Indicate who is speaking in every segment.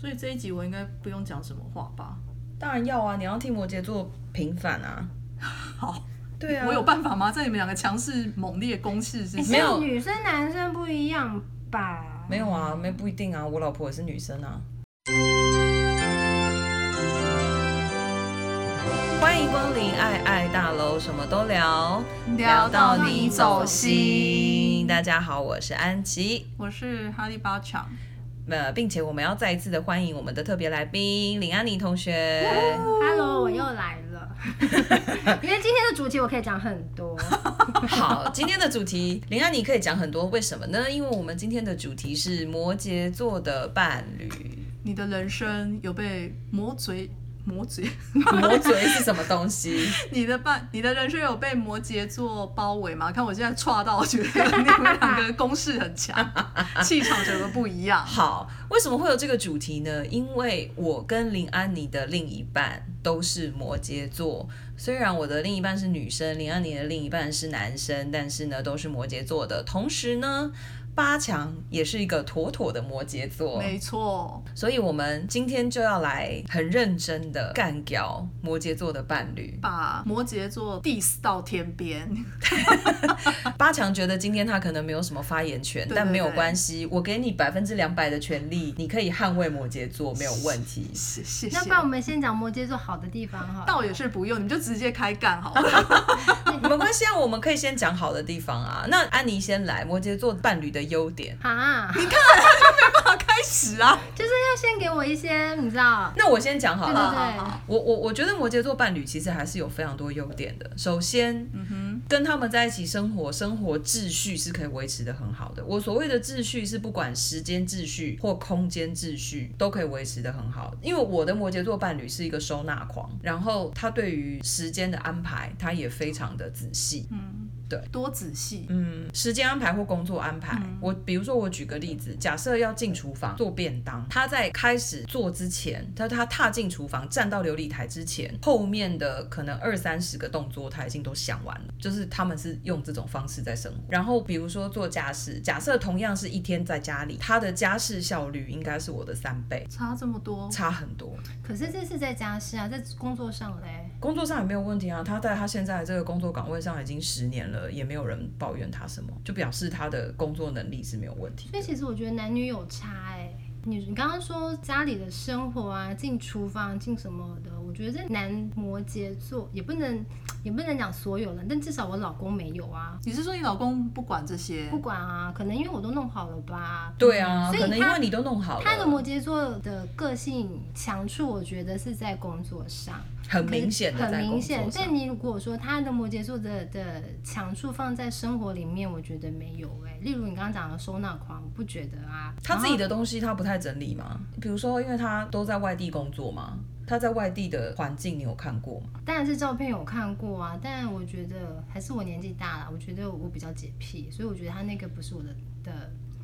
Speaker 1: 所以这一集我应该不用讲什么话吧？
Speaker 2: 当然要啊，你要替摩羯座平反啊。
Speaker 1: 好，
Speaker 2: 对啊，
Speaker 1: 我有办法吗？在你们两个强势猛烈攻势之
Speaker 2: 没
Speaker 1: 下，
Speaker 2: 有
Speaker 3: 哎是女生男生不一样吧？
Speaker 2: 没有啊，没不一定啊，我老婆也是女生啊。欢迎光临爱爱大楼，什么都聊，
Speaker 1: 哎聊到
Speaker 3: 你走
Speaker 1: 心
Speaker 2: 大家好，我是安琪。
Speaker 1: 我是哈利巴强，
Speaker 2: 呃，并且我们要再一次的欢迎我们的特别来宾林安妮同学。
Speaker 3: Hello，我又来 了，因为今天的主题我可以讲很多。
Speaker 2: 好，今天的主题林安妮可以讲很多，为什么呢？因为我们今天的主题是摩羯座的伴侣。
Speaker 1: 你的人生有被魔嘴魔嘴，
Speaker 2: 魔嘴是什么东西？
Speaker 1: 你的伴，你的人生有被摩羯座包围吗？看我现在岔到，我觉得你们两个攻势很 强，气场整个不一样。
Speaker 2: 好，为什么会有这个主题呢？因为我跟林安妮的另一半都是摩羯座，虽然我的另一半是女生，林安妮的另一半是男生，但是呢都是摩羯座的。同时呢，八强也是一个妥妥的摩羯座，
Speaker 1: 没错，
Speaker 2: 所以我们今天就要来很认真的干掉摩羯座的伴侣。
Speaker 1: 把摩羯座 diss 到天边，
Speaker 2: 八强觉得今天他可能没有什么发言权，
Speaker 1: 对
Speaker 2: 但没有
Speaker 1: 对对
Speaker 2: 关系，我给你百分之两百的权利，你可以捍卫摩羯座，没有问 题。
Speaker 1: 谢谢
Speaker 3: 那
Speaker 1: 谢
Speaker 3: 不。然我们先讲摩羯座好的地方哈。
Speaker 1: 倒也是不用，你们就直接 开干好了。
Speaker 2: 没关系啊，我们可以先讲好的地方啊。那安妮先来，摩羯座伴侣的优点。
Speaker 3: 啊，
Speaker 1: 开始啊！
Speaker 3: 就是要先给我一些，你知道，
Speaker 2: 那我先讲好
Speaker 3: 对
Speaker 2: 了。
Speaker 3: 对对，
Speaker 2: 我我我觉得摩羯座伴侣其实还是有非常多优点的。首先，跟他们在一起生活，生活秩序是可以维持的很好的。我所谓的秩序是不管时间秩序或空间秩序都可以维持的很好。因为我的摩羯座伴侣是一个收纳狂，然后他对于时间的安排他也非常的仔细。
Speaker 1: 多仔细，
Speaker 2: 嗯，时间安排或工作安排，我比如说我举个例子，假设要进厨房做便当，他在开始做之前，他他踏进厨房站到琉璃台之前，后面的可能二三十个动作他已经都想完了，就是他们是用这种方式在生活。然后比如说做家事，假设同样是一天在家里，他的家事效率应该是我的三倍，
Speaker 1: 差这么多，
Speaker 2: 差很多。
Speaker 3: 可是这是在家事啊，在工作上嘞，
Speaker 2: 工作上也没有问题啊，他在他现在这个工作岗位上已经十年了，也没有人抱怨他什么，就表示他的工作能力是没有问题的
Speaker 3: 所以其实我觉得男女有差哎、你你刚刚说家里的生活啊，进厨房进什么的，我觉得这男摩羯座也不能也不能讲所有人，但至少我老公没有啊，
Speaker 1: 你是说你老公不管这些
Speaker 3: 不？管啊，可能因为我都弄好了吧。嗯
Speaker 2: 对啊，
Speaker 3: 所以
Speaker 2: 可能因
Speaker 3: 他
Speaker 2: 为你都弄好了，
Speaker 3: 他的摩羯座的个性强处，我觉得是在工作上，
Speaker 2: 很明显的
Speaker 3: 很
Speaker 2: 在工
Speaker 3: 明显
Speaker 2: 作。
Speaker 3: 但
Speaker 2: 上。
Speaker 3: 你如果说他的摩羯座的的强处放在生活里面，我觉得没有哎、例如你刚刚讲的收纳狂，我不觉得啊。
Speaker 2: 他自己的东西他不太整理嘛，比如说因为他都在外地工作嘛，他在外地的环境你有看过吗？
Speaker 3: 当啊然是照片有看过啊，但我觉得还是我年纪大了，我觉得我比较洁癖，所以我觉得他那个不是我的的。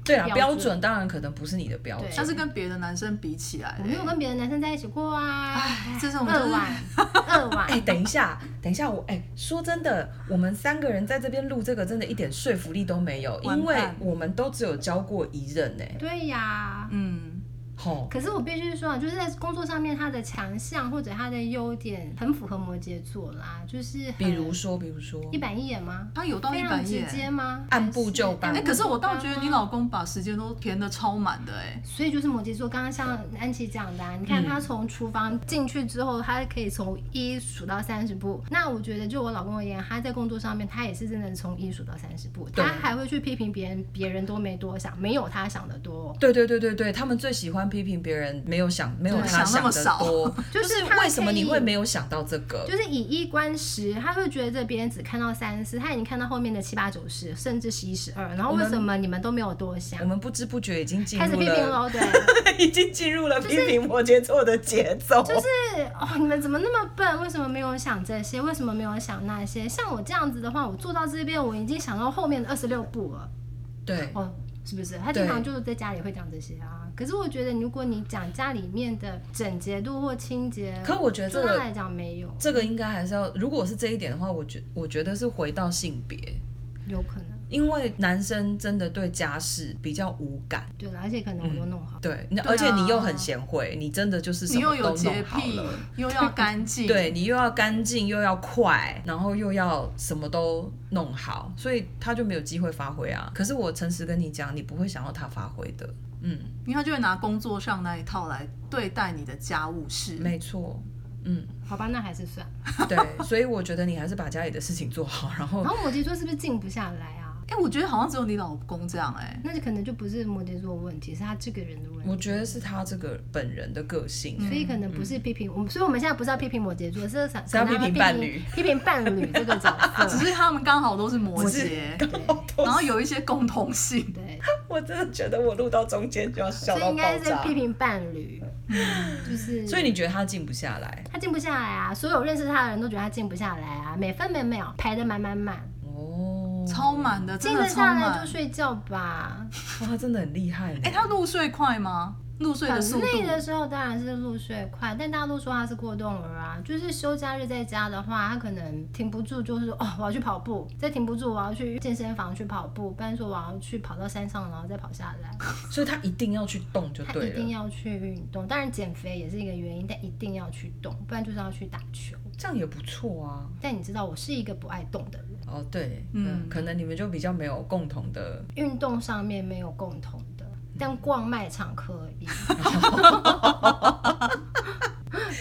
Speaker 2: 对啊，
Speaker 3: 标
Speaker 2: 标
Speaker 3: 准
Speaker 2: 准当然可能不是你的标
Speaker 3: 对
Speaker 2: 准，
Speaker 1: 但是跟别的男生比起来
Speaker 3: 我，没有跟别的男生在一起过啊。
Speaker 1: 哎这种
Speaker 3: 二
Speaker 1: 就是
Speaker 3: 晚， 二晚，
Speaker 2: 哎、等一下，等一下，我哎、说真的，我们三个人在这边录这个，真的一点说服力都没有，
Speaker 1: 完
Speaker 2: 因为
Speaker 1: 蛋
Speaker 2: 我们都只有交过一任呢、
Speaker 3: 对呀。
Speaker 1: 嗯，
Speaker 2: 吼，
Speaker 3: 可是我必须说啊，就是在工作上面，他的强项或者他的优点很符合摩羯座啦，就是
Speaker 2: 比如哦说，比如说，
Speaker 3: 一板一眼吗？
Speaker 1: 他有到一
Speaker 3: 非
Speaker 1: 百
Speaker 3: 常直
Speaker 1: 页。
Speaker 3: 接吗？
Speaker 2: 按部就班
Speaker 3: 还
Speaker 1: 哎、
Speaker 3: 是
Speaker 1: 可是我倒觉得你。
Speaker 3: 按部就班吗
Speaker 1: 老公把时间都填的超满的、哎，
Speaker 3: 所以就是摩羯座，刚刚像安琪讲的、啊，你
Speaker 2: 嗯
Speaker 3: 看他从厨房进去之后，他可以从一数到三十步。那我觉得，就我老公而言，他在工作上面，他也是真的从一数到三十步。
Speaker 2: 对
Speaker 3: 他还会去批评别人，别人多没多想，没有他想的多。
Speaker 2: 对对对对对，他们最喜欢批评别人没有想没有
Speaker 1: 对
Speaker 2: 他
Speaker 1: 想那么
Speaker 2: 的
Speaker 1: 少
Speaker 2: 多，
Speaker 3: 就是是他
Speaker 2: 为什么
Speaker 3: 可以
Speaker 2: 你会没有想到这个？
Speaker 3: 就是以一观十，他会觉得别人只看到三四，他已经看到后面的七八九十，甚至十一十二。然后为什么你们都没有多想
Speaker 2: 我？们不知不觉已经进
Speaker 3: 开始
Speaker 2: 入
Speaker 3: 批评
Speaker 2: 了，
Speaker 3: 喽，对，
Speaker 2: 已经进入了批评摩羯座的节奏。
Speaker 3: 就是哦，你们怎么那么笨？为什么没有想这些？为什么没有想那些？像我这样子的话，我做到这边，我已经想到后面的二十六步了。
Speaker 2: 对，
Speaker 3: 哦，是不是？他经常就是在家里会讲这些啊。可是我觉得，如果你讲家里面的整洁度或清洁，
Speaker 2: 可我觉得这
Speaker 3: 对他
Speaker 2: 个
Speaker 3: 来讲没有，
Speaker 2: 这个应该还是要，如果是这一点的话，我觉我觉得是回到性别。
Speaker 3: 有可能。
Speaker 2: 因为男生真的对家事比较无感。
Speaker 3: 对了，而且可能我都弄好，
Speaker 2: 对，那
Speaker 1: 对啊
Speaker 2: 而且你又很贤惠，你真的就是什
Speaker 1: 你又
Speaker 2: 么
Speaker 1: 有
Speaker 2: 都
Speaker 1: 洁
Speaker 2: 弄好
Speaker 1: 癖
Speaker 2: 了。，
Speaker 1: 又要 干净，
Speaker 2: 对你又要干净，又要快，然后又要什么都弄好，所以他就没有机会发挥啊。可是我诚实跟你讲，你不会想要他发挥的。嗯，
Speaker 1: 因为他就会拿工作上那一套来对待你的家务事。
Speaker 2: 没错。嗯，
Speaker 3: 好吧，那还是算。
Speaker 2: 对，所以我觉得你还是把家里的事情做好，然后
Speaker 3: 然后摩羯座是不是静不下来啊？
Speaker 1: 哎、我觉得好像只有你老公这样哎、
Speaker 3: 那就可能就不是摩羯座的问题，是他这个人的问
Speaker 2: 我
Speaker 3: 题。
Speaker 2: 觉得是他这个本人的个性。
Speaker 3: 所以可能不是批评我们，所以我们现在不是要批评摩羯座，是想
Speaker 2: 嗯是要批评伴侣，
Speaker 3: 批评伴侣这个角
Speaker 1: 只
Speaker 3: 色。
Speaker 1: 是他们刚好都是摩
Speaker 2: 只
Speaker 1: 羯，
Speaker 2: 然
Speaker 1: 然后有一些共同性。
Speaker 3: 对，
Speaker 2: 我真的觉得我录到中间就要笑
Speaker 3: 所以
Speaker 2: 到
Speaker 3: 应该
Speaker 2: 爆
Speaker 3: 是
Speaker 2: 炸
Speaker 3: 批。评伴侣，就是
Speaker 2: 嗯所以你觉得他静不下来？
Speaker 3: 他静不下来啊，所有认识他的人都觉得他静不下来啊，每分每秒排的满满满，
Speaker 2: 哦，
Speaker 1: 超满的，真
Speaker 3: 嗯静
Speaker 1: 的
Speaker 3: 得
Speaker 1: 超
Speaker 3: 下
Speaker 1: 满
Speaker 3: 来就。睡觉吧。
Speaker 2: 哇，他真的很厉害呢。
Speaker 1: 哎、他入睡快吗？入睡的速
Speaker 3: 很
Speaker 1: 度？
Speaker 3: 累的时候当然是入睡快，但大陆说他是过动儿啊，就是休假日在家的话，他可能停不住，就是说哦我要去跑步，再停不住我要去健身房去跑步，不然说我要去跑到山上然后再跑下来，
Speaker 2: 所以他一定要去动就
Speaker 3: 他一
Speaker 2: 对
Speaker 3: 定
Speaker 2: 了。
Speaker 3: 要去运动，当然减肥也是一个原因，但一定要去动，不然就是要去打球。
Speaker 2: 这样也不错啊。
Speaker 3: 但你知道我是一个不爱动的人，
Speaker 2: 哦，对，
Speaker 1: 嗯
Speaker 2: 嗯，可能你们就比较没有共同的，
Speaker 3: 运动上面没有共同的，但逛卖场可 以。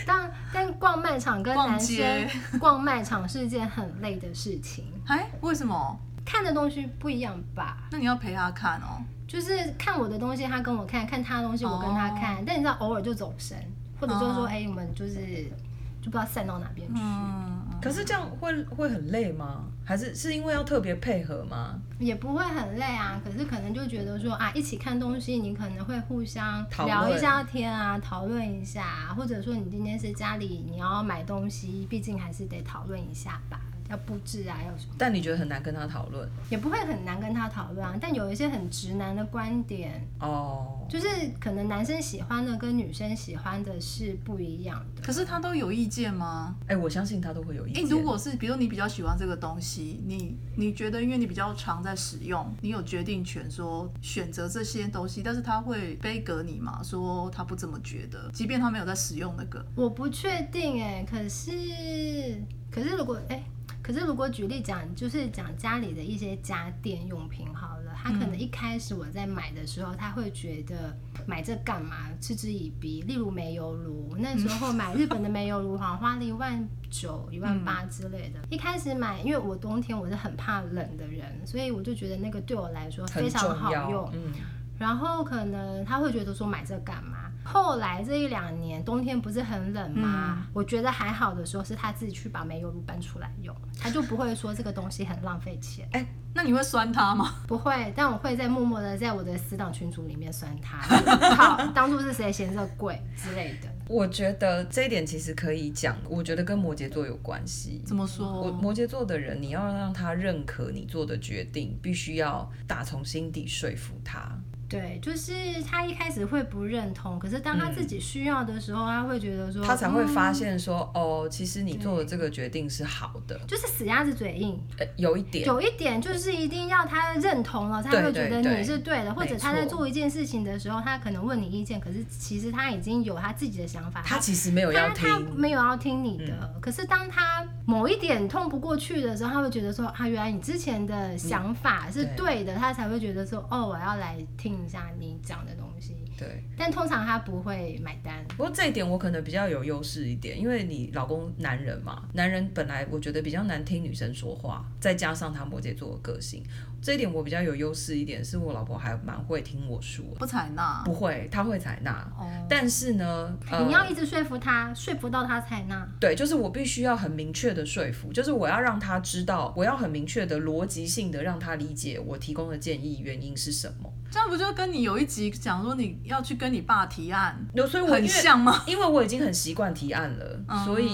Speaker 3: 但但逛卖场跟
Speaker 1: 逛
Speaker 3: 男
Speaker 1: 街
Speaker 3: 生逛卖场是一件很累的事情，
Speaker 1: 哎、为什么？
Speaker 3: 看的东西不一样吧？
Speaker 1: 那你要陪他看哦。
Speaker 3: 就是看我的东西，他跟我看；看他的东西，我跟他看。但你知道，偶尔就走神，或者就是说，
Speaker 1: 哦
Speaker 3: 哎、我们就是就不知道散到哪边去，
Speaker 1: 嗯，
Speaker 2: 可是这样会会很累吗？还是是因为要特别配合吗？
Speaker 3: 也不会很累啊。可是可能就觉得说啊，一起看东西，你可能会互相
Speaker 2: 讨论
Speaker 3: 聊一下天啊，讨论一下啊，或者说你今天是家里你要买东西，毕竟还是得讨论一下吧，要布置啊，要什么。
Speaker 2: 但你觉得很难跟他讨论
Speaker 3: 也不会很难跟他讨论啊，但有一些很直男的观点，
Speaker 2: 哦？
Speaker 3: 就是可能男生喜欢的跟女生喜欢的是不一样的。
Speaker 1: 可是他都有意见吗？
Speaker 2: 哎、我相信他都会有意
Speaker 1: 哎、
Speaker 2: 见。
Speaker 1: 如果是比如你比较喜欢这个东西，你你觉得因为你比较常在使用，你有决定权说选择这些东西，但是他会背隔你嘛，说他不这么觉得，即便他没有在使用那个，
Speaker 3: 我不确定哎、可是可是如果哎、可是如果举例讲，就是讲家里的一些家电用品好了，
Speaker 2: 嗯
Speaker 3: 他可能一开始我在买的时候，他会觉得买这干嘛，嗤之以鼻。例如煤油炉，那时候买日本的煤油炉，好像花了一万九、一万 八
Speaker 2: 嗯
Speaker 3: 之类的。一开始买，因为我冬天我是很怕冷的人，所以我就觉得那个对我来说非
Speaker 2: 很重
Speaker 3: 常好用
Speaker 2: 要，。嗯，
Speaker 3: 然后可能他会觉得说买这干嘛？后来这一两年冬天不是很冷吗？
Speaker 2: 嗯
Speaker 3: 我觉得还好的时候是他自己去把煤油炉搬出来用，他就不会说这个东西很浪费钱，
Speaker 1: 那你会酸他吗？
Speaker 3: 不会。但我会在默默的在我的死党群组里面酸 他，就是好，当初是谁嫌这贵之类的。
Speaker 2: 我觉得这一点其实可以讲，我觉得跟摩羯座有关系。
Speaker 1: 怎么说？
Speaker 2: 我摩羯座的人，你要让他认可你做的决定，必须要打从心底说服他。
Speaker 3: 对，就是他一开始会不认同，可是当他自己需要的时候，他会觉得
Speaker 2: 嗯
Speaker 3: 说
Speaker 2: 他才会
Speaker 3: 嗯
Speaker 2: 发现说，哦，其实你做的这个决定是好的，
Speaker 3: 就是死鸭子嘴硬，
Speaker 2: 呃，有一点，
Speaker 3: 有一点就是一定要他认同了，他会
Speaker 2: 对
Speaker 3: 觉得
Speaker 2: 对对
Speaker 3: 你是对的，或者他
Speaker 2: 没
Speaker 3: 在
Speaker 2: 错
Speaker 3: 做一件事情的时候，他可能问你意见，可是其实他已经有他自己的想法，
Speaker 2: 他其实没有要
Speaker 3: 他
Speaker 2: 听，嗯
Speaker 3: 他没有要听你的。可是当他某一点痛不过去的时候，他会觉得说啊，原来你之前的想法是对的，他才会觉得说哦，我要来听一下你讲的东西。
Speaker 2: 对。
Speaker 3: 但通常他不会买单，
Speaker 2: 不过这一点我可能比较有优势一点，因为你老公男人嘛，男人本来我觉得比较难听女生说话，再加上他摩羯座的个性，这一点我比较有优势一点，是我老婆还蛮会听我说，
Speaker 1: 不采纳
Speaker 2: 不会，她会采纳。
Speaker 1: 哦，
Speaker 2: 但是呢，呃、
Speaker 3: 你要一直说服他，说服到他采纳。
Speaker 2: 对，就是我必须要很明确的说服，就是我要让他知道，我要很明确的逻辑性的让他理解我提供的建议原因是什么。
Speaker 1: 这样不就跟你有一集讲说你要去跟你爸提案，
Speaker 2: 有，所以我因
Speaker 1: 很
Speaker 2: 为
Speaker 1: 像吗？
Speaker 3: 嗯
Speaker 2: 因为我已经很习惯提案了，所以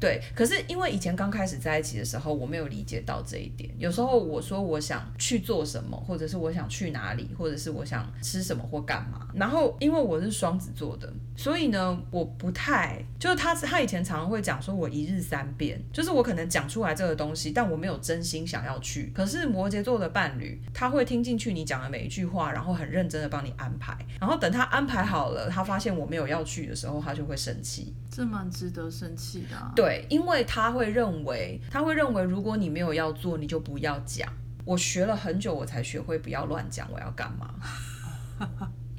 Speaker 2: 对，可是因为以前刚开始在一起的时候，我没有理解到这一点。有时候我说我想去做什么，或者是我想去哪里，或者是我想吃什么或干嘛。然后因为我是双子座的，所以呢，我不太就是他他以前常常会讲说我一日三变，就是我可能讲出来这个东西，但我没有真心想要去。可是摩羯座的伴侣，他会听进去你讲的每一句话，然后很认真的帮你安排。然后等他安排好了，他发现我没有要去的时候，他就会生气。
Speaker 1: 这蛮值得生气的、啊。
Speaker 2: 对，因为他会认为，他会认为，如果你没有要做，你就不要讲。我学了很久，我才学会不要乱讲，我要干 嘛？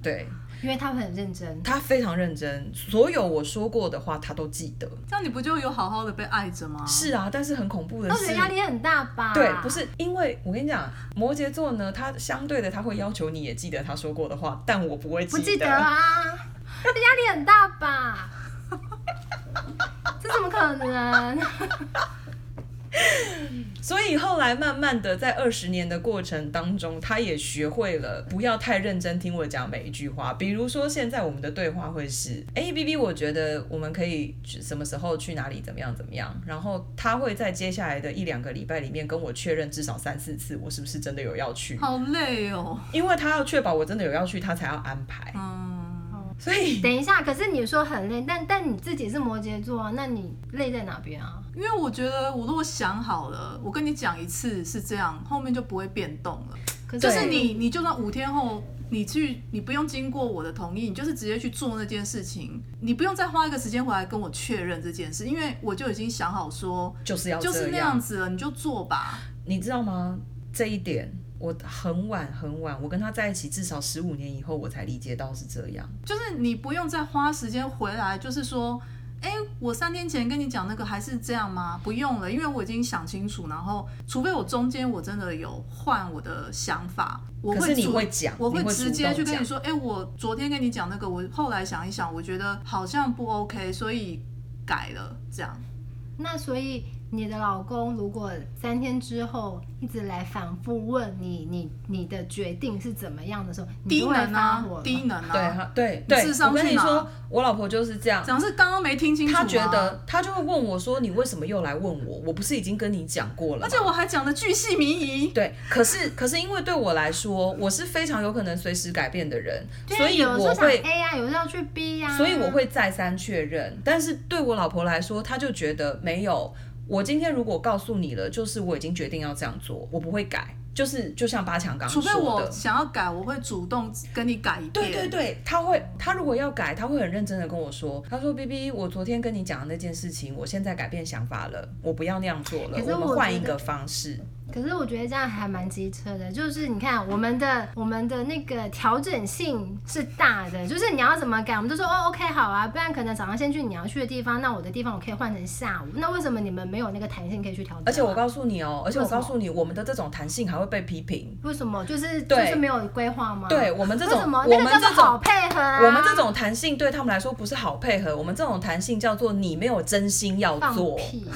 Speaker 2: 对
Speaker 3: 因为他会很认真。
Speaker 2: 他非常认真，所有我说过的话，他都记得。
Speaker 1: 这样你不就有好好的被爱着吗？
Speaker 2: 是啊，但是很恐怖的
Speaker 3: 那我觉
Speaker 2: 是
Speaker 3: 哦得，压力啊很大吧？
Speaker 2: 对，不是因为我跟你讲，摩羯座呢，他相对的他会要求你也记得他说过的话，但我不会
Speaker 3: 不记得啊，这压力很大吧？这怎么可能？
Speaker 2: 所以后来慢慢的，在二十年的过程当中，他也学会了不要太认真听我讲每一句话。比如说，现在我们的对话会是：哎，B B，我觉得我们可以去什么时候去哪里，怎么样怎么样。然后他会在接下来的一两个礼拜里面跟我确认至少三四次，我是不是真的有要去，
Speaker 1: 好累哦。
Speaker 2: 因为他要确保我真的有要去，他才要安排。
Speaker 1: 嗯，
Speaker 2: 所以
Speaker 3: 等一下，可是你说很累，但但你自己是摩羯座啊，那你累在哪边啊？
Speaker 1: 因为我觉得我如果想好了，我跟你讲一次是这样，后面就不会变动了。
Speaker 3: 可是
Speaker 1: 就是你，你就算五天后你去，你不用经过我的同意，你就是直接去做那件事情，你不用再花一个时间回来跟我确认这件事，因为我就已经想好说
Speaker 2: 就是要
Speaker 1: 就是那样子了，你就做吧。
Speaker 2: 你知道吗？这一点我很晚很晚，我跟他在一起至少十五年以后，我才理解到是这样。
Speaker 1: 就是你不用再花时间回来，就是说，哎、我三天前跟你讲那个还是这样吗？不用了，因为我已经想清楚，然后除非我中间我真的有换我的想法，我
Speaker 2: 可是你
Speaker 1: 主
Speaker 2: 会讲，
Speaker 1: 我
Speaker 2: 你
Speaker 1: 会
Speaker 2: 会
Speaker 1: 直接去跟你说，
Speaker 2: 说。
Speaker 1: 哎、我昨天跟你讲那个，我后来想一想，我觉得好像不 OK，所以改了这样。
Speaker 3: 那所以你的老公如果三天之后一直来反复问你你你的决定是怎么样的时候，你
Speaker 1: 低
Speaker 3: 就会
Speaker 1: 能
Speaker 3: 发
Speaker 1: 啊
Speaker 3: 火了，
Speaker 1: 低能啊，
Speaker 2: 对，他对对
Speaker 1: 智，商
Speaker 2: 我跟
Speaker 1: 去
Speaker 2: 你
Speaker 1: 哪
Speaker 2: 说，我老婆就是这样。
Speaker 1: 讲是刚刚没听清楚、啊，
Speaker 2: 她觉得，她就会问我说：“你为什么又来问我？我不是已经跟你讲过了吗？”
Speaker 1: 而且我还讲的巨细靡遗，
Speaker 2: 对，可是可是因为对我来说，我是非常有可能随时改变的人，
Speaker 3: 对啊
Speaker 2: 所以
Speaker 3: 有的时候
Speaker 2: 我
Speaker 3: 想
Speaker 1: 哎
Speaker 2: 会
Speaker 3: A 呀、有的时候要去啊 B 呀、
Speaker 2: 所以我会再三确认。但是对我老婆来说，她就觉得没有。我今天如果告诉你了，就是我已经决定要这样做，我不会改。就是就像八强刚
Speaker 1: 除
Speaker 2: 说
Speaker 1: 非我
Speaker 2: 的，
Speaker 1: 想要改，我会主动跟你改一遍。
Speaker 2: 对对对，他会，他如果要改，他会很认真的跟我说，他说：“B B，我昨天跟你讲的那件事情，我现在改变想法了，我不要那样做了
Speaker 3: 可，是
Speaker 2: 我们
Speaker 3: 我
Speaker 2: 换
Speaker 3: 觉
Speaker 2: 一
Speaker 3: 得啊
Speaker 2: 个方式。
Speaker 3: 可是我觉得这样还蛮机车的，就是你看我们的我们的那个调整性是大的，就是你要怎么改，我们就说哦 OK 好啊，不然可能早上先去你要去的地方，那我的地方我可以换成下午，那为什么你们没有那个弹性可以去调整啊？
Speaker 2: 而且我告诉你哦，而且我
Speaker 3: 为什么
Speaker 2: 告诉你，我们的这种弹性还会被批评。
Speaker 3: 为什么就是就
Speaker 2: 对
Speaker 3: 是没有规划吗？
Speaker 2: 对我们这
Speaker 3: 为
Speaker 2: 种
Speaker 3: 什么，
Speaker 2: 我
Speaker 3: 那个
Speaker 2: 们
Speaker 3: 叫做
Speaker 2: 这种
Speaker 3: 好配合啊，
Speaker 2: 我们这种弹性对他们来说不是好配合，我们这种弹性叫做你没有真心要
Speaker 3: 放
Speaker 2: 做，
Speaker 3: 屁，
Speaker 2: 你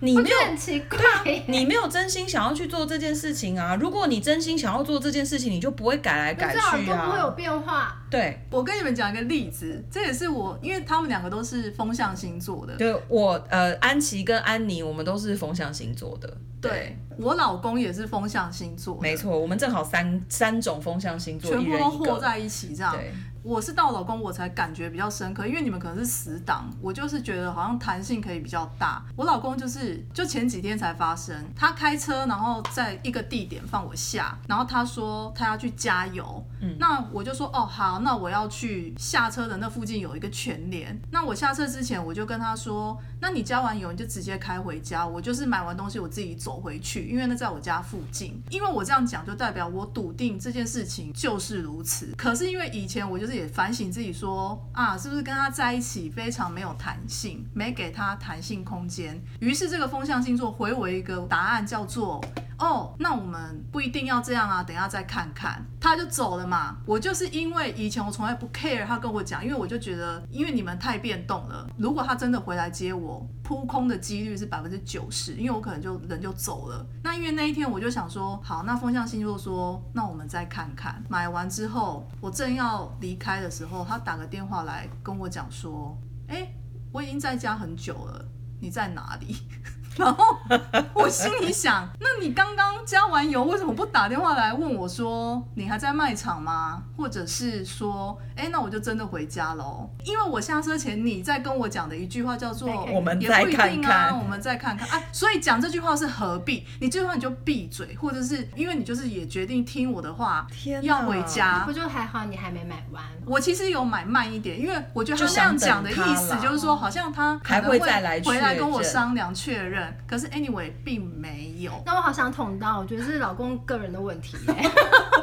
Speaker 3: 我
Speaker 2: 没
Speaker 3: 觉
Speaker 2: 有
Speaker 3: 得很奇怪。
Speaker 2: 你没有真心想要去做这件事情啊！如果你真心想要做这件事情，你就不会改来
Speaker 3: 那
Speaker 2: 改
Speaker 3: 最好
Speaker 2: 去
Speaker 3: 都不会有
Speaker 2: 啊。
Speaker 3: 变化。
Speaker 2: 对，
Speaker 1: 我跟你们讲一个例子，这也是我，因为他们两个都是风象星座的，
Speaker 2: 对我呃，安琪跟安妮，我们都是风象星座的。
Speaker 1: 对我老公也是风象星座的，
Speaker 2: 没错，我们正好三三种风象星座，
Speaker 1: 全
Speaker 2: 一
Speaker 1: 部
Speaker 2: 人
Speaker 1: 都
Speaker 2: 一
Speaker 1: 和
Speaker 2: 个。
Speaker 1: 在一起这样。
Speaker 2: 对，
Speaker 1: 我是到老公我才感觉比较深刻，因为你们可能是死党，我就是觉得好像弹性可以比较大。我老公就是就前几天才发生，他开车然后在一个地点放我下，然后他说他要去加油，嗯，那我就说哦好，那我要去下车的那附近有一个全联，那我下车之前我就跟他说，那你加完油你就直接开回家，我就是买完东西我自己走回去，因为那在我家附近。因为我这样讲，就代表我笃定这件事情就是如此。可是因为以前我就是也反省自己说啊，是不是跟他在一起非常没有弹性，没给他弹性空间。于是这个风象星座回我一个答案，叫做哦，那我们不一定要这样啊，等一下再看看。他就走了嘛。我就是因为以前我从来不 care 他跟我讲，因为我就觉得，因为你们太变动了。如果他真的回来接我，扑空的几率是百分之九十，因为我可能就人就走了。那因为那一天我就想说，好，那风象星座说，那我们再看看。买完之后，我正要离开的时候，他打个电话来跟我讲说，哎、我已经在家很久了，你在哪里？ 然后我心里想，那你刚刚加完油，为什么不打电话来问我说你还在卖场吗？或者是说，哎，那我就真的回家喽？因为我下车前你在跟我讲的一句话叫做
Speaker 3: 再看看
Speaker 1: 也
Speaker 2: 我们
Speaker 1: 不
Speaker 2: 再
Speaker 1: 一
Speaker 2: 看
Speaker 1: 定啊，
Speaker 2: 看
Speaker 1: 我们再看看。哎、所以讲这句话是何必？你这句话你就闭嘴，或者是因为你就是也决定听我的话，
Speaker 2: 天哪
Speaker 1: 要回家
Speaker 2: 啊
Speaker 3: 不。就还好你还没买完，
Speaker 1: 我其实有买慢一点，因为我觉得他
Speaker 2: 哦就
Speaker 1: 那样
Speaker 2: 想
Speaker 1: 讲的
Speaker 2: 等他
Speaker 1: 意思
Speaker 2: 啦
Speaker 1: 就是说，好像他可
Speaker 2: 还
Speaker 1: 能
Speaker 2: 会再来
Speaker 1: 回来
Speaker 2: 确
Speaker 1: 跟我
Speaker 2: 认
Speaker 1: 商量确认。可是 anyway 并没有，
Speaker 3: 那我好想捅刀，我觉得这是老公个人的问题耶、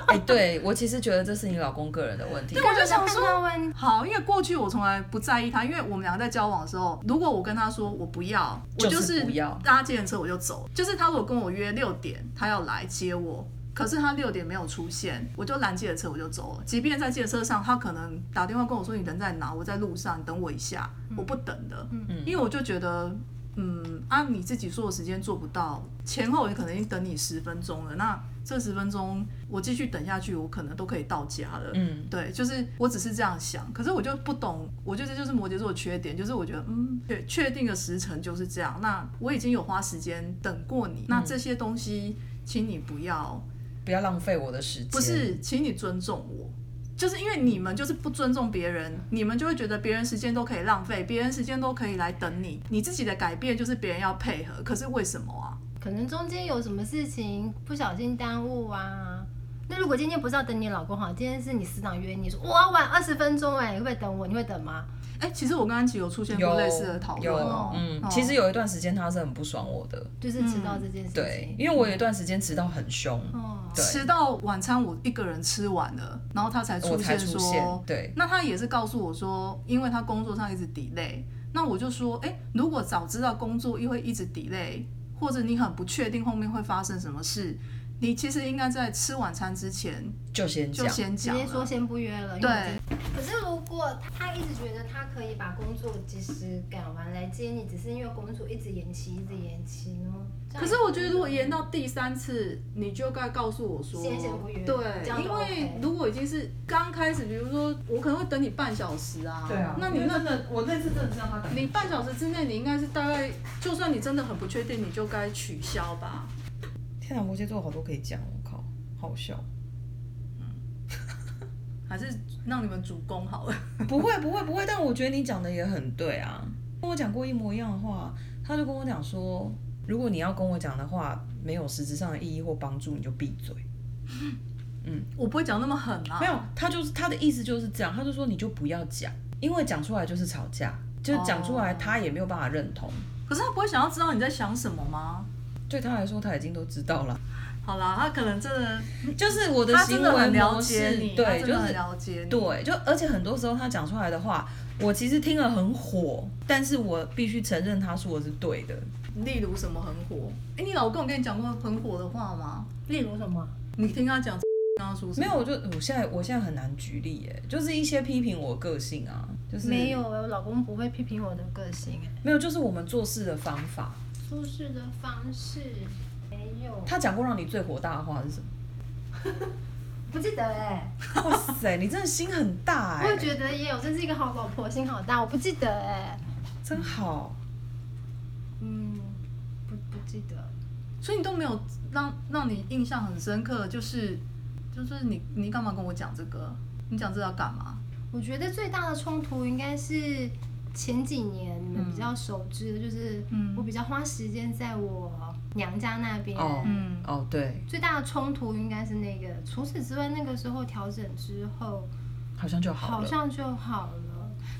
Speaker 2: 哎、对我其实觉得这是你老公个人的问题
Speaker 1: 对。我就想 说
Speaker 3: 个人的判断问
Speaker 1: 好，因为过去我从来不在意他，因为我们两个在交往的时候，如果我跟他说我不要，我
Speaker 2: 就是不要
Speaker 1: 搭计程车我就走。就是他如果跟我约六点，他要来接我。可是他六点没有出现，我就拦计程车，我就走了。即便在计程车上，他可能打电话跟我说你人在哪，我在路上，你等我一下，我不等的，因为我就觉得，嗯，啊，你自己说的时间做不到，前后我可能已经等你十分钟了，那这十分钟我继续等下去，我可能都可以到家了，
Speaker 2: 嗯，
Speaker 1: 对，就是我只是这样想，可是我就不懂，我觉得这就是摩羯座的缺点，就是我觉得嗯，确确定的时辰就是这样。那我已经有花时间等过你，
Speaker 2: 嗯
Speaker 1: 那这些东西，请你不要，
Speaker 2: 不要浪费我的时间。
Speaker 1: 不，是，请你尊重我。就是因为你们就是不尊重别人，你们就会觉得别人时间都可以浪费，别人时间都可以来等你，你自己的改变就是别人要配合，可是为什么啊？
Speaker 3: 可能中间有什么事情不小心耽误啊。那如果今天不是要等你老公好，今天是你死党约你说我要晚二十分钟哎、你会不会等我？你会等吗？
Speaker 1: 哎、其实我跟安琪有出现
Speaker 2: 有
Speaker 1: 过类似的讨论
Speaker 2: 有
Speaker 1: 哦。
Speaker 2: 嗯
Speaker 1: 哦，
Speaker 2: 其实有一段时间他是很不爽我的，
Speaker 3: 就是迟到这件事情。
Speaker 2: 对，因为我有一段时间迟到很凶，
Speaker 1: 嗯
Speaker 3: 哦，
Speaker 2: 对
Speaker 1: 吃到晚餐我一个人吃完了，然后他才
Speaker 2: 我
Speaker 1: 出
Speaker 2: 哦才
Speaker 1: 现说，
Speaker 2: 出现。对，
Speaker 1: 那他也是告诉我说，因为他工作上一直 delay，那我就说，哎、如果早知道工作又会一直 delay，或者你很不确定后面会发生什么事，你其实应该在吃晚餐之前
Speaker 2: 就先
Speaker 1: 就
Speaker 2: 讲。
Speaker 1: 先
Speaker 3: 直
Speaker 1: 讲
Speaker 3: 接说
Speaker 1: 了。
Speaker 3: 先不约了。因为我今
Speaker 1: 对，
Speaker 3: 可是如果他一直觉得他可以把工作及时赶完来接你，只是因为工作一直延期，一直延期呢？这样
Speaker 1: 可是我觉得如果延到第三次，你就该告诉我说，
Speaker 3: 先行不约这样
Speaker 1: 对，
Speaker 3: 就
Speaker 1: 因
Speaker 3: OK
Speaker 1: 为如果已经是刚开始，比如说我可能会等你半小时啊，那你那
Speaker 2: 真的，我那次真的是让他
Speaker 1: 你半小时之内，你应该是大概，就算你真的很不确定，你就该取消吧。
Speaker 2: 天啊哪，摩羯座好多可以讲，我靠，好笑。
Speaker 1: 还是让你们主攻好了。
Speaker 2: 不会不会不会，但我觉得你讲的也很对啊。跟我讲过一模一样的话，他就跟我讲说，如果你要跟我讲的话，没有实质上的意义或帮助，你就闭嘴。
Speaker 1: 我不会讲那么狠啊
Speaker 2: 没，有，他就是他的意思就是这样，他就说你就不要讲，因为讲出来就是吵架，就是讲出来
Speaker 1: 哦
Speaker 2: 他也没有办法认同。
Speaker 1: 可是他不会想要知道你在想什么吗？
Speaker 2: 对他来说，他已经都知道了，
Speaker 1: 好啦，他可能真的，
Speaker 2: 就是我的
Speaker 1: 哦他
Speaker 2: 行
Speaker 1: 真的
Speaker 2: 为
Speaker 1: 很了
Speaker 2: 模
Speaker 1: 解
Speaker 2: 式
Speaker 1: 你，，他
Speaker 2: 对，
Speaker 1: 真
Speaker 2: 就
Speaker 1: 的很
Speaker 2: 是
Speaker 1: 了解你。
Speaker 2: 对，就而且很多时候他讲出来的话，我其实听了很火，但是我必须承认他说的是对的。
Speaker 1: 例如什么很火，哎、你老公有跟你讲过很火的话吗？
Speaker 3: 例如什么？
Speaker 1: 你听他讲，跟他说什么
Speaker 2: 没有，我就我现在我现在很难举例耶，就是一些批评我个性啊，就是
Speaker 3: 没有哎、我老公不会批评我的个性哎、
Speaker 2: 没有，就是我们做事的方法。
Speaker 3: 舒适的方式没有，
Speaker 2: 他讲过让你最火大的话 是什么？
Speaker 3: 不记得哎、
Speaker 2: 哇塞，你真的心很大哎、
Speaker 3: 我也觉得也有，真是一个好老婆，心好大，我不记得哎、
Speaker 2: 真好。
Speaker 3: 嗯，不不记得，
Speaker 1: 所以你都没有让让你印象很深刻，就是就是你你干嘛跟我讲这个？你讲这个要干嘛？
Speaker 3: 我觉得最大的冲突应该是前几年你们比较熟知的，就是
Speaker 1: 嗯
Speaker 3: 我比较花时间在我娘家那边。
Speaker 2: 哦
Speaker 1: 嗯
Speaker 2: 哦，对，
Speaker 3: 最大的冲突应该是那个，除此之外，那个时候调整之后，
Speaker 2: 好像就好
Speaker 3: 好
Speaker 2: 了。
Speaker 3: 像就好了。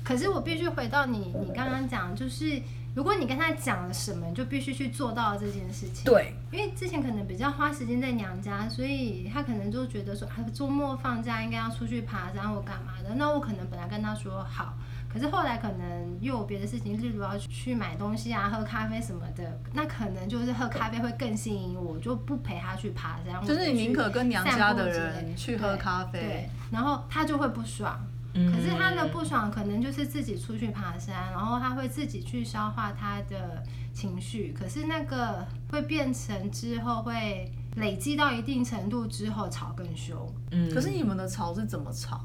Speaker 3: 可是我必须回到你，你刚刚讲，就是如果你跟他讲了什么，你就必须去做到这件事情。，
Speaker 2: 对，
Speaker 3: 因为之前可能比较花时间在娘家，所以他可能就觉得说啊，周末放假应该要出去爬山或干嘛的。那我可能本来跟他说好，可是后来可能又有别的事情，例如要去买东西啊、喝咖啡什么的，那可能就是喝咖啡会更吸引我，我就不陪他去爬山。我
Speaker 1: 就是你宁
Speaker 3: 哦去
Speaker 1: 可跟娘家的
Speaker 3: 散步
Speaker 1: 人
Speaker 3: 之
Speaker 1: 去
Speaker 3: 类
Speaker 1: 喝咖
Speaker 3: 对
Speaker 1: 啡
Speaker 3: 对，，然后他就会不爽。可是他的不爽可能就是自己出去爬山，然后他会自己去消化他的情绪，可是那个会变成之后会累积到一定程度之后吵更凶，
Speaker 2: 嗯
Speaker 1: 可是你们的吵是怎么吵？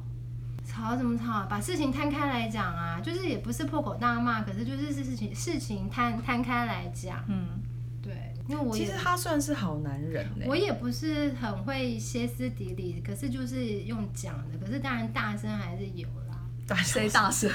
Speaker 3: 吵怎么吵啊？把事情摊开来讲啊，就是也不是破口大骂，可是就是事情事情摊摊开来讲。
Speaker 1: 嗯，
Speaker 3: 对，因为我
Speaker 2: 其
Speaker 3: 也
Speaker 2: 实他算是好男人欸呢、
Speaker 3: 我也不是很会歇斯底里，可是就是用讲的，可是当然大声还是有啦。
Speaker 2: 大
Speaker 1: 谁大声？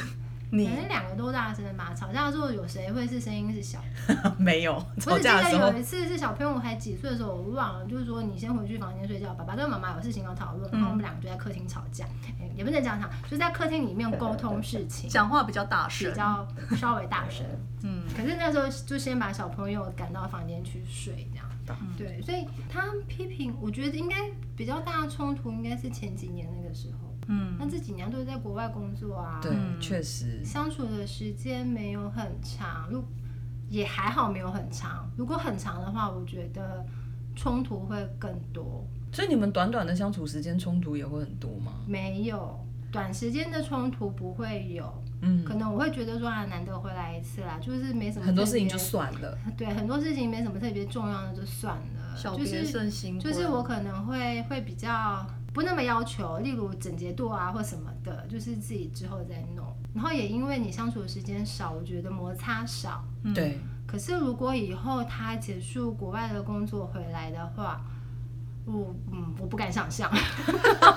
Speaker 1: 你
Speaker 3: 反正两个都大声吧，吵架的时候有谁会是声音是小 的？
Speaker 2: 没有
Speaker 3: 我
Speaker 2: 吵
Speaker 3: 只记
Speaker 2: 架的
Speaker 3: 得
Speaker 2: 时候
Speaker 3: 有一次是小朋友还几岁的时候，我忘了，就是说你先回去房间睡觉，爸爸跟妈妈有事情要讨论，然后我们两个就在客厅吵架，哎也不能讲吵，就是在客厅里面沟通事 情，
Speaker 1: 讲话比较大声
Speaker 3: 比，较稍微大声。
Speaker 1: 嗯，
Speaker 3: 可是那时候就先把小朋友赶到房间去睡，这样。
Speaker 2: 嗯
Speaker 3: 对，所以他批评，我觉得应该比较大的冲突应该是前几年那个时候，
Speaker 1: 嗯
Speaker 3: 那这几年都是在国外工作啊，
Speaker 2: 对，确实
Speaker 3: 相处的时间没有很长，如也还好没有很长。如果很长的话，我觉得冲突会更多。
Speaker 2: 所以你们短短的相处时间，冲突也会很多吗？
Speaker 3: 没有短时间的冲突不会有，
Speaker 2: 嗯，
Speaker 3: 可能我会觉得说啊，难得回来一次啦，就是没什么
Speaker 2: 很多
Speaker 3: 特
Speaker 2: 事情
Speaker 3: 别
Speaker 2: 就算了。
Speaker 3: 对，很多事情没什么特别重要的就算了，
Speaker 1: 小
Speaker 3: 就
Speaker 1: 别
Speaker 3: 是
Speaker 1: 胜新婚，
Speaker 3: 嗯就是我可能会会比较不那么要求，例如整洁度啊或什么的，就是自己之后再弄。然后也因为你相处的时间少，我觉得摩擦少。
Speaker 1: 嗯
Speaker 2: 对，
Speaker 3: 可是如果以后他结束国外的工作回来的话，我嗯我不敢想象。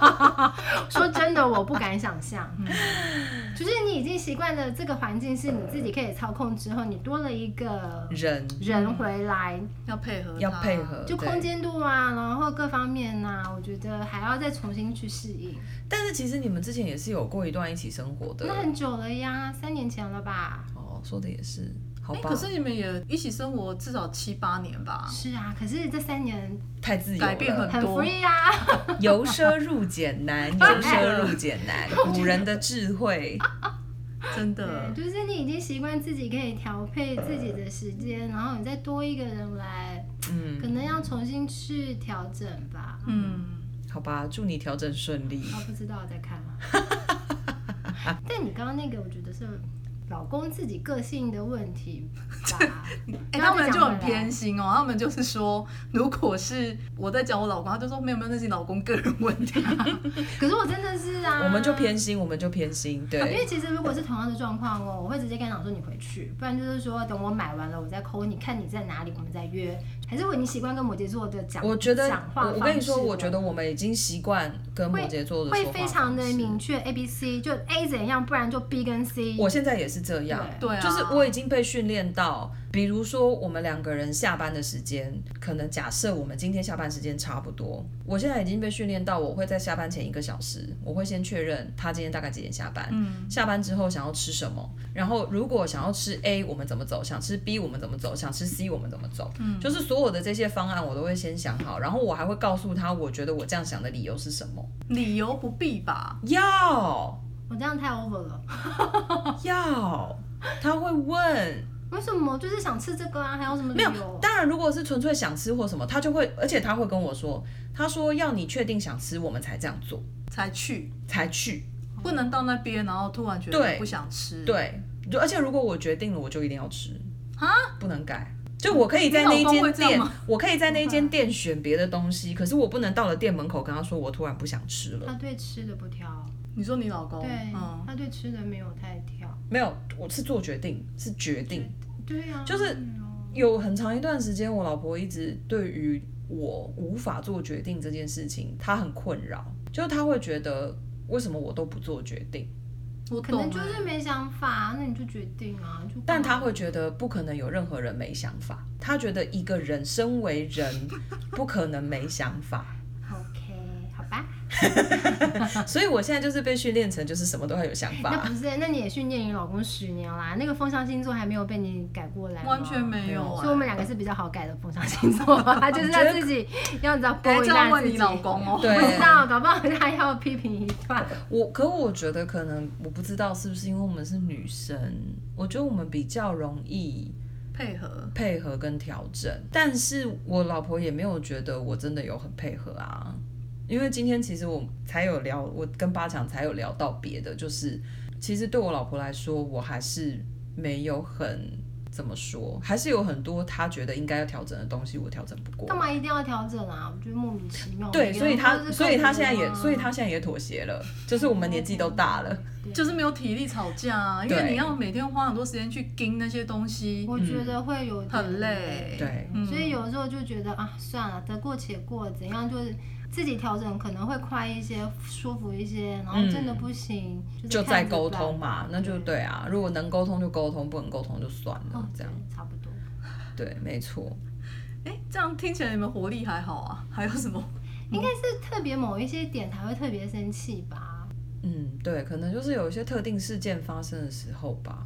Speaker 3: 说真的，我不敢想象。嗯就是你已经习惯了这个环境是你自己可以操控之后，你多了一个
Speaker 2: 人
Speaker 3: 人回来，
Speaker 1: 要配合，
Speaker 2: 要配。合，
Speaker 3: 就
Speaker 2: 对
Speaker 3: 空。间度啊，然后各方面呐、我觉得还要再重新去适应。
Speaker 2: 但是其实你们之前也是有过一段一起生活的
Speaker 3: 那很久了呀，三年前了吧？
Speaker 2: 哦，说的也是，好
Speaker 1: 哎，
Speaker 2: 吧？
Speaker 1: 可是你们也一起生活至少七八年吧？
Speaker 3: 是啊，可是这三年
Speaker 2: 太自由了，
Speaker 1: 改变 很
Speaker 3: 很
Speaker 1: 多
Speaker 3: free 啊。
Speaker 2: 由奢入俭 难，由奢入俭难， 古人的智慧。
Speaker 1: 真
Speaker 3: 对，
Speaker 1: 的，
Speaker 3: 就是你已经习惯自己可以调配自己的时间，然后你再多一个人来，可
Speaker 2: 嗯，
Speaker 3: 能要重新去调整吧。啊
Speaker 1: 嗯，
Speaker 2: 好吧，祝你调整顺利。
Speaker 3: 我不知道再看。 但你刚刚那个，我觉得是老公自己个性的问题吧。
Speaker 1: 哎，
Speaker 3: 不
Speaker 1: 他
Speaker 3: 要
Speaker 1: 们
Speaker 3: 再
Speaker 1: 就
Speaker 3: 讲
Speaker 1: 很
Speaker 3: 回来
Speaker 1: 偏心哦。他们就是说，如果是我在讲我老公，他就说没有没有，那是你老公个人问题。
Speaker 3: 可是我真的是啊，
Speaker 2: 我们就偏心，我们就偏心，
Speaker 3: 因
Speaker 2: 对，
Speaker 3: 为其实如果是同样的状况哦，我会直接跟他讲说你回去，不然就是说等我买完了我再扣你，看你在哪里，我们再约。还是我已经习惯跟摩羯座的讲，
Speaker 2: 我觉得
Speaker 3: 讲，话
Speaker 2: 我我跟你说，
Speaker 3: 方式
Speaker 2: 我觉得我们已经习惯跟摩羯座的
Speaker 3: 会
Speaker 2: 说话
Speaker 3: 非常的
Speaker 2: 方式
Speaker 3: 明确 A B C，就 A 怎样，不然就 B 跟 C。
Speaker 2: 我现在也是这样，
Speaker 3: 嗯对
Speaker 1: 对啊，
Speaker 2: 就是我已经被训练到，比如说我们两个人下班的时间，可能假设我们今天下班时间差不多，我现在已经被训练到，我会在下班前一个小时，我会先确认他今天大概几点下班，
Speaker 1: 嗯
Speaker 2: 下班之后想要吃什么，然后如果想要吃 A 我们怎么走，想吃 B 我们怎么走，想吃 C 我们怎么走，
Speaker 1: 嗯
Speaker 2: 就是所有的这些方案我都会先想好，然后我还会告诉他，我觉得我这样想的理由是什么，
Speaker 1: 理由不必吧？
Speaker 2: 要
Speaker 3: 我这样太 over 了，
Speaker 2: 要，他会问。
Speaker 3: 为什么？就是想吃这个啊，还有什么理
Speaker 2: 没有
Speaker 3: 由，？
Speaker 2: 当然，如果是纯粹想吃或什么，他就会，而且他会跟我说，他说要你确定想吃，我们才这样做，
Speaker 1: 才去，
Speaker 2: 才去。
Speaker 1: 不能到那边，然后突然觉
Speaker 2: 对
Speaker 1: 得不想吃。，
Speaker 2: 对，就而且如果我决定了，我就一定要吃
Speaker 1: 啊，
Speaker 2: 不能改。就我可以在
Speaker 1: 你老
Speaker 2: 那一
Speaker 1: 公
Speaker 2: 间
Speaker 1: 会这样
Speaker 2: 店
Speaker 1: 吗，
Speaker 2: 我可以在那一间店选别的东西，可是我不能到了店门口跟他说我突然不想吃了。
Speaker 3: 他对吃的不挑，
Speaker 1: 你说你老公，
Speaker 3: 对，
Speaker 1: 哦嗯，
Speaker 3: 他对吃的没有太挑。
Speaker 2: 没有，我是做决定，是决定。
Speaker 3: 对啊，
Speaker 2: 就是
Speaker 3: 嗯哦
Speaker 2: 有很长一段时间，我老婆一直对于我无法做决定这件事情，她很困扰，就是她会觉得为什么我都不做决定，
Speaker 1: 我
Speaker 3: 可
Speaker 1: 懂
Speaker 3: 能就
Speaker 1: 欸。
Speaker 3: 是没想法，那你就决定啊，就
Speaker 2: 但她会觉得不可能有任何人没想法，她觉得一个人身为人不可能没想法，
Speaker 3: OK 好吧。
Speaker 2: 所以我现在就是被训练成就是什么都要有想
Speaker 3: 那
Speaker 2: 法。
Speaker 3: 不是，那你也训练你老公十年啦，那个风象星座还没有被你改过来，
Speaker 1: 完全。没有
Speaker 3: 所
Speaker 1: 啊
Speaker 3: 以我！们两个是比较好改的风象星座， 他就是要自己要你知道
Speaker 1: 哎，
Speaker 3: 播一
Speaker 1: 这样
Speaker 3: 下
Speaker 1: 问
Speaker 3: 自己。
Speaker 1: 你老公哦。
Speaker 2: 对
Speaker 3: 不知道，搞不好他要批评一 段。
Speaker 2: 我可我觉得可能我不知道是不是因为我们是女生，我觉得我们比较容易
Speaker 1: 配合，
Speaker 2: 配合跟调整，但是我老婆也没有觉得我真的有很配合啊。因为今天其实我才有聊，我跟八强才有聊到别的，就是其实对我老婆来说，我还是没有很怎么说，还是有很多他觉得应该要调整的东西，我调整不过
Speaker 3: 干。嘛一定要调整啊？我觉得莫名其妙。
Speaker 2: 对，
Speaker 3: 每个
Speaker 2: 所以
Speaker 3: 人
Speaker 2: 他
Speaker 3: 都是
Speaker 2: 所以他现在
Speaker 3: 各自
Speaker 2: 也
Speaker 3: 啊
Speaker 2: 所以他现在也妥协了，就是我们年纪都大 了，
Speaker 1: 就是没有体力吵架啊，因为
Speaker 2: 对
Speaker 1: 你要每天花很多时间去盯那些东西，
Speaker 3: 我觉得会有点
Speaker 1: 很累
Speaker 2: 对
Speaker 1: 嗯
Speaker 3: 所以有时候就觉得啊，算了，得过且过，怎样就是自己调整可能会快一些，舒服一些，然后真的不行、
Speaker 2: 就是再
Speaker 3: 看着
Speaker 2: 沟
Speaker 3: 办
Speaker 2: 通嘛，那就对啊，如果能沟通就沟通，不能沟通就算了
Speaker 3: 哦，，
Speaker 2: 这
Speaker 3: 这
Speaker 2: 样
Speaker 3: 样差不多。
Speaker 2: 对，没错。
Speaker 1: 哎、这样听起来你们活力还好啊？还有什么？
Speaker 2: 嗯
Speaker 3: 应该是特别某一些点才会特别生气吧？
Speaker 2: 嗯，对，可能就是有一些特定事件发生的时候吧。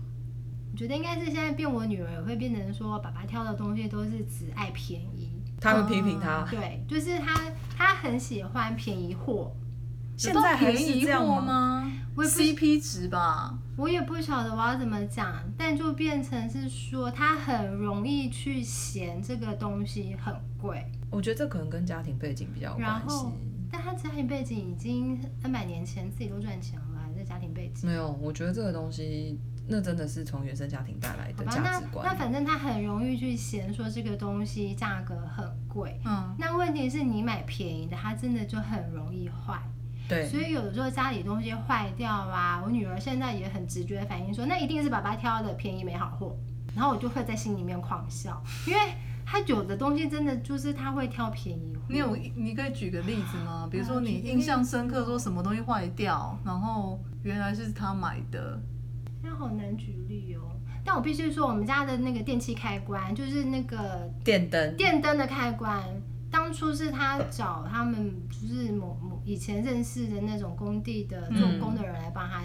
Speaker 3: 我觉得应该是现在变我女儿也会变成说，爸爸挑的东西都是只爱便宜，
Speaker 2: 他会批评他，
Speaker 3: 对，就是她她很喜欢便宜货，
Speaker 2: 现在还
Speaker 1: 有到
Speaker 2: 是
Speaker 1: 便宜
Speaker 2: 这样
Speaker 1: 货
Speaker 2: 吗？
Speaker 1: 吗
Speaker 3: 我也不
Speaker 1: ？CP 值吧，
Speaker 3: 我也不晓得我要怎么讲，但就变成是说他很容易去嫌这个东西很贵，
Speaker 2: 我觉得这可能跟家庭背景比较有
Speaker 3: 然
Speaker 2: 关系
Speaker 3: 后。但他家庭背景已经 N 百年前自己都赚钱了，还在家庭背景。
Speaker 2: 没有，我觉得这个东西，那真的是从原生家庭带来
Speaker 3: 好
Speaker 2: 的
Speaker 3: 吧，
Speaker 2: 价
Speaker 3: 那
Speaker 2: 值
Speaker 3: 那
Speaker 2: 观。
Speaker 3: 反正他很容易去嫌说这个东西价格很贵。
Speaker 1: 嗯，
Speaker 3: 那问题是你买便宜的，它真的就很容易坏。
Speaker 2: 对，
Speaker 3: 所以有的时候家里东西坏掉啊，我女儿现在也很直觉地反应说，那一定是爸爸挑的便宜没好货，然后我就会在心里面狂笑，因为她有的东西真的就是她会挑便宜货。
Speaker 1: 你有你可以举个例子吗？比如说你
Speaker 3: 举个例
Speaker 1: 印象深刻，说什么东西坏掉，然后原来是他买的，
Speaker 3: 那好难举例哦。但我必须说，我们家的那个电器开关，就是那个
Speaker 2: 电灯，
Speaker 3: 电灯的开关，当初是他找他们就是某某以前认识的那种工地的
Speaker 1: 嗯
Speaker 3: 做工的人来帮他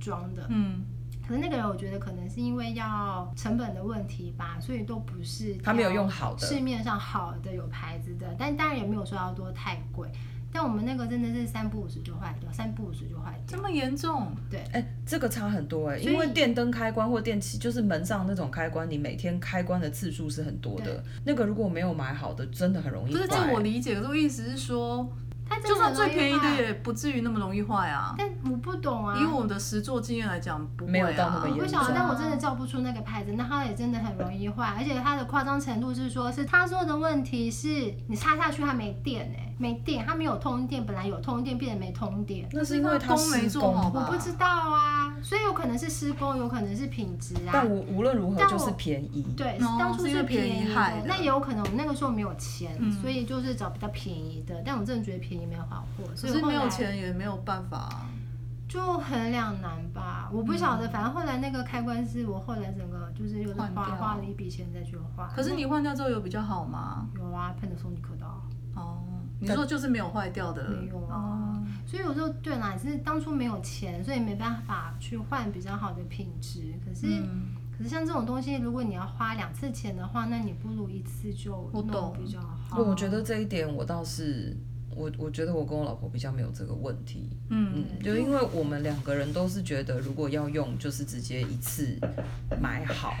Speaker 3: 装的。
Speaker 1: 嗯，
Speaker 3: 可是那个人，我觉得可能是因为要成本的问题吧，所以都不是
Speaker 2: 他没有用好的
Speaker 3: 市面上好的有牌子的，但当然也没有说要多太贵。但我们那个真的是三不五十就坏掉，三不五十就坏
Speaker 1: 这
Speaker 3: 掉。
Speaker 1: 么严重，
Speaker 2: 哎、这个差很多哎、
Speaker 3: 所以
Speaker 2: 因为电灯开关或电器，就是门上那种开关，你每天开关的次数是很多的。那个如果没有买好的，真的很容易
Speaker 1: 不
Speaker 2: 坏。
Speaker 1: 是这我理解，可是我意思是说，
Speaker 3: 它真
Speaker 1: 就
Speaker 3: 的很
Speaker 1: 算最便宜
Speaker 3: 容易
Speaker 1: 的
Speaker 3: 坏，
Speaker 1: 也不至于那么容易坏啊。
Speaker 3: 但我不懂啊。
Speaker 1: 以我的实作经验来讲，不会、啊、
Speaker 2: 没有到那么严重
Speaker 3: 我不晓得，但我真的叫不出那个牌子，那它也真的很容易坏，而且它的夸张程度是说，是他说的问题是你插下去它没电哎、没电，它没有通电，本来有通电变得没通电，
Speaker 2: 那是因为它
Speaker 1: 工没
Speaker 2: 施
Speaker 1: 做好
Speaker 2: 工，
Speaker 1: 吧？
Speaker 3: 我不知道啊，所以有可能是施工，有可能是品质啊
Speaker 2: 但。无无论如何
Speaker 3: 但我
Speaker 2: 就是便宜。
Speaker 3: 对，
Speaker 1: 哦
Speaker 3: 当初
Speaker 1: 是因为
Speaker 3: 便
Speaker 1: 便宜
Speaker 3: 宜
Speaker 1: 害
Speaker 3: 的
Speaker 1: 的，
Speaker 3: 那也有可能我们那个时候没有钱，
Speaker 1: 嗯
Speaker 3: 所以就是找比较便宜的。但我真的觉得便宜没有好货，
Speaker 1: 可
Speaker 3: 所以
Speaker 1: 是
Speaker 3: 后
Speaker 1: 没有
Speaker 3: 来
Speaker 1: 钱也没有办法啊、
Speaker 3: 就很两难吧。我不晓得，反正后来那个开关是我后来整个就是又是花
Speaker 1: 嗯换掉
Speaker 3: 花了一笔钱再去花。
Speaker 1: 可是你换掉之后有比较好吗？
Speaker 3: 有啊，喷的松你可到，
Speaker 1: 哦，你说就是没有坏掉的，
Speaker 3: 没有啊
Speaker 1: 哦。
Speaker 3: 所以有时候对啦，只是当初没有钱，所以没办法去换比较好的品质。可是、
Speaker 1: 嗯，
Speaker 3: 可是像这种东西，如果你要花两次钱的话，那你不如一次就
Speaker 1: 我
Speaker 3: 弄
Speaker 1: 懂
Speaker 3: 比较好。
Speaker 2: 我
Speaker 1: 哦
Speaker 2: 觉得这一点我倒是，我我觉得我跟我老婆比较没有这个问题。
Speaker 1: 嗯，
Speaker 2: 嗯，就因为我们两个人都是觉得，如果要用，就是直接一次买好，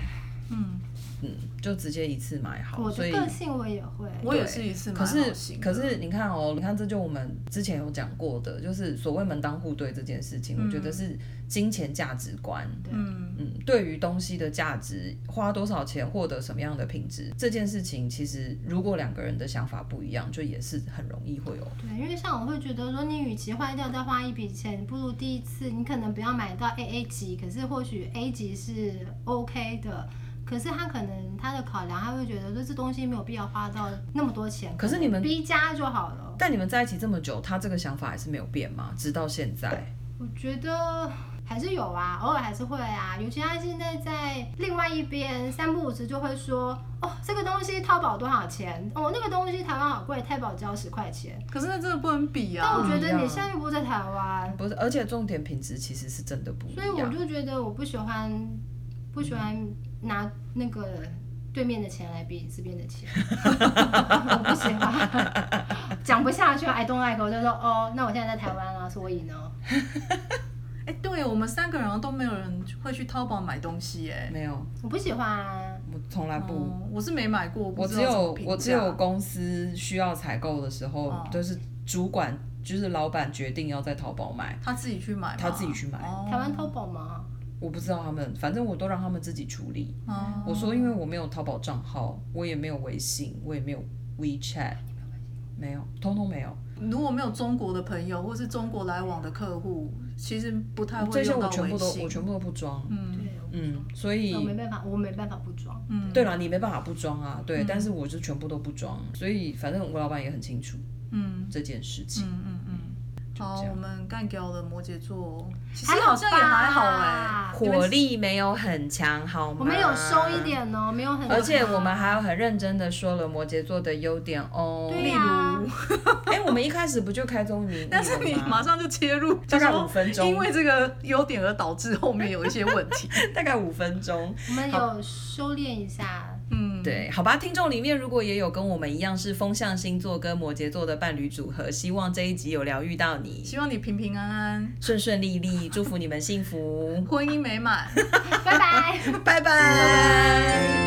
Speaker 1: 嗯，
Speaker 2: 嗯，就直接一次买好，
Speaker 3: 我
Speaker 2: 所
Speaker 3: 的
Speaker 2: 以。
Speaker 3: 个性我也会，
Speaker 1: 我也是一次买
Speaker 2: 可
Speaker 1: 好
Speaker 2: 是
Speaker 1: 型的，
Speaker 2: 可是你看哦，你看这就我们之前有讲过的，就是所谓门当户对这件事情，我觉得是金钱价值观。
Speaker 1: 嗯，
Speaker 2: 嗯，对于东西的价值，花多少钱获得什么样的品质，这件事情其实如果两个人的想法不一样，就也是很容易会有
Speaker 3: 对，因为像我会觉得说，你与其坏掉再花一笔钱，不如第一次你可能不要买到 AA 级，可是或许 A 级是 OK 的，可是他可能他的考量，他会觉得说这东西没有必要花到那么多钱，
Speaker 2: 可是你们
Speaker 3: B 加就好了。
Speaker 2: 但你们在一起这么久，他这个想法还是没有变吗？直到现在，
Speaker 3: 我觉得还是有啊，偶尔还是会啊，尤其他现在在另外一边三不五时就会说，哦，这个东西淘宝多少钱？哦，那个东西台湾好贵，淘宝只要十块钱。
Speaker 1: 可是那真的不能比
Speaker 3: 但我
Speaker 1: 啊。
Speaker 3: 觉得
Speaker 2: 不一
Speaker 3: 你
Speaker 2: 样
Speaker 3: 现在又不在台湾，
Speaker 2: 不是，而且重点品质其实是真的不一
Speaker 3: 所以我
Speaker 2: 样。
Speaker 3: 就觉得我不喜欢，不喜欢拿那个对面的钱来比这边 的钱，我不喜欢，讲不下去，I don't like，我就说哦，那我现在在台湾啊，所以呢，
Speaker 1: 哎、对我们三个人好像都没有人会去淘宝买东西、哎，
Speaker 2: 没有，
Speaker 3: 我不喜欢、啊，
Speaker 2: 我从来不。
Speaker 1: 哦我是没买过，不
Speaker 2: 我
Speaker 1: 知
Speaker 2: 只
Speaker 1: 道怎么
Speaker 2: 有
Speaker 1: 评价
Speaker 2: 我只有公司需要采购的时候，
Speaker 1: 哦
Speaker 2: 就是主管就是老板决定要在淘宝买，
Speaker 1: 他自己去买吗，
Speaker 2: 他自己去买
Speaker 1: 哦
Speaker 3: 台湾淘宝嘛，
Speaker 2: 我不知道他们，反正我都让他们自己处理。
Speaker 1: 哦
Speaker 2: 我说，因为我没有淘宝账号，我也没有微信，我也没有 WeChat，没有，通通没有。
Speaker 1: 如果没有中国的朋友或是中国来往的客户，其实不太会
Speaker 2: 这些
Speaker 1: 用到
Speaker 2: 我全
Speaker 1: 微
Speaker 2: 部都我
Speaker 1: 信。
Speaker 2: 全部都不装。
Speaker 1: 嗯，
Speaker 2: 嗯，所
Speaker 3: 我哦没
Speaker 2: 以
Speaker 3: 办法，我没办法嗯不装。
Speaker 1: 嗯
Speaker 2: 对啦，你没办法不装啊，对，但是我就全部都不装，所以反正我老板也很清楚
Speaker 1: 嗯
Speaker 2: 这件事情。
Speaker 1: 嗯嗯嗯。好，我们干掉了摩羯座，其实
Speaker 3: 还
Speaker 1: 好像也还好哎、
Speaker 3: 吧
Speaker 2: 火力没有很强，好吗？
Speaker 3: 我们有收一。点哦，没有很，
Speaker 2: 而且我们还有很认真的说了摩羯座的优点哦，
Speaker 3: 对
Speaker 1: 例
Speaker 3: 啊呀
Speaker 1: 如，
Speaker 2: 哎、我们一开始不就开宗明义了吗？
Speaker 1: 但是你马上就切入，
Speaker 2: 大概
Speaker 1: 就说
Speaker 2: 五分钟
Speaker 1: 因为这个优点而导致后面有一些问 题。
Speaker 2: 大概五分钟，
Speaker 3: 我们有收敛一下，
Speaker 1: 嗯，
Speaker 2: 对，好吧，听众里面如果也有跟我们一样是风象星座跟摩羯座的伴侣组合，希望这一集有疗愈到你，
Speaker 1: 希望你平平安安，
Speaker 2: 顺顺利利，
Speaker 1: ，
Speaker 2: 祝福你们幸福
Speaker 1: 婚姻美满。
Speaker 3: 拜拜。
Speaker 2: 拜拜。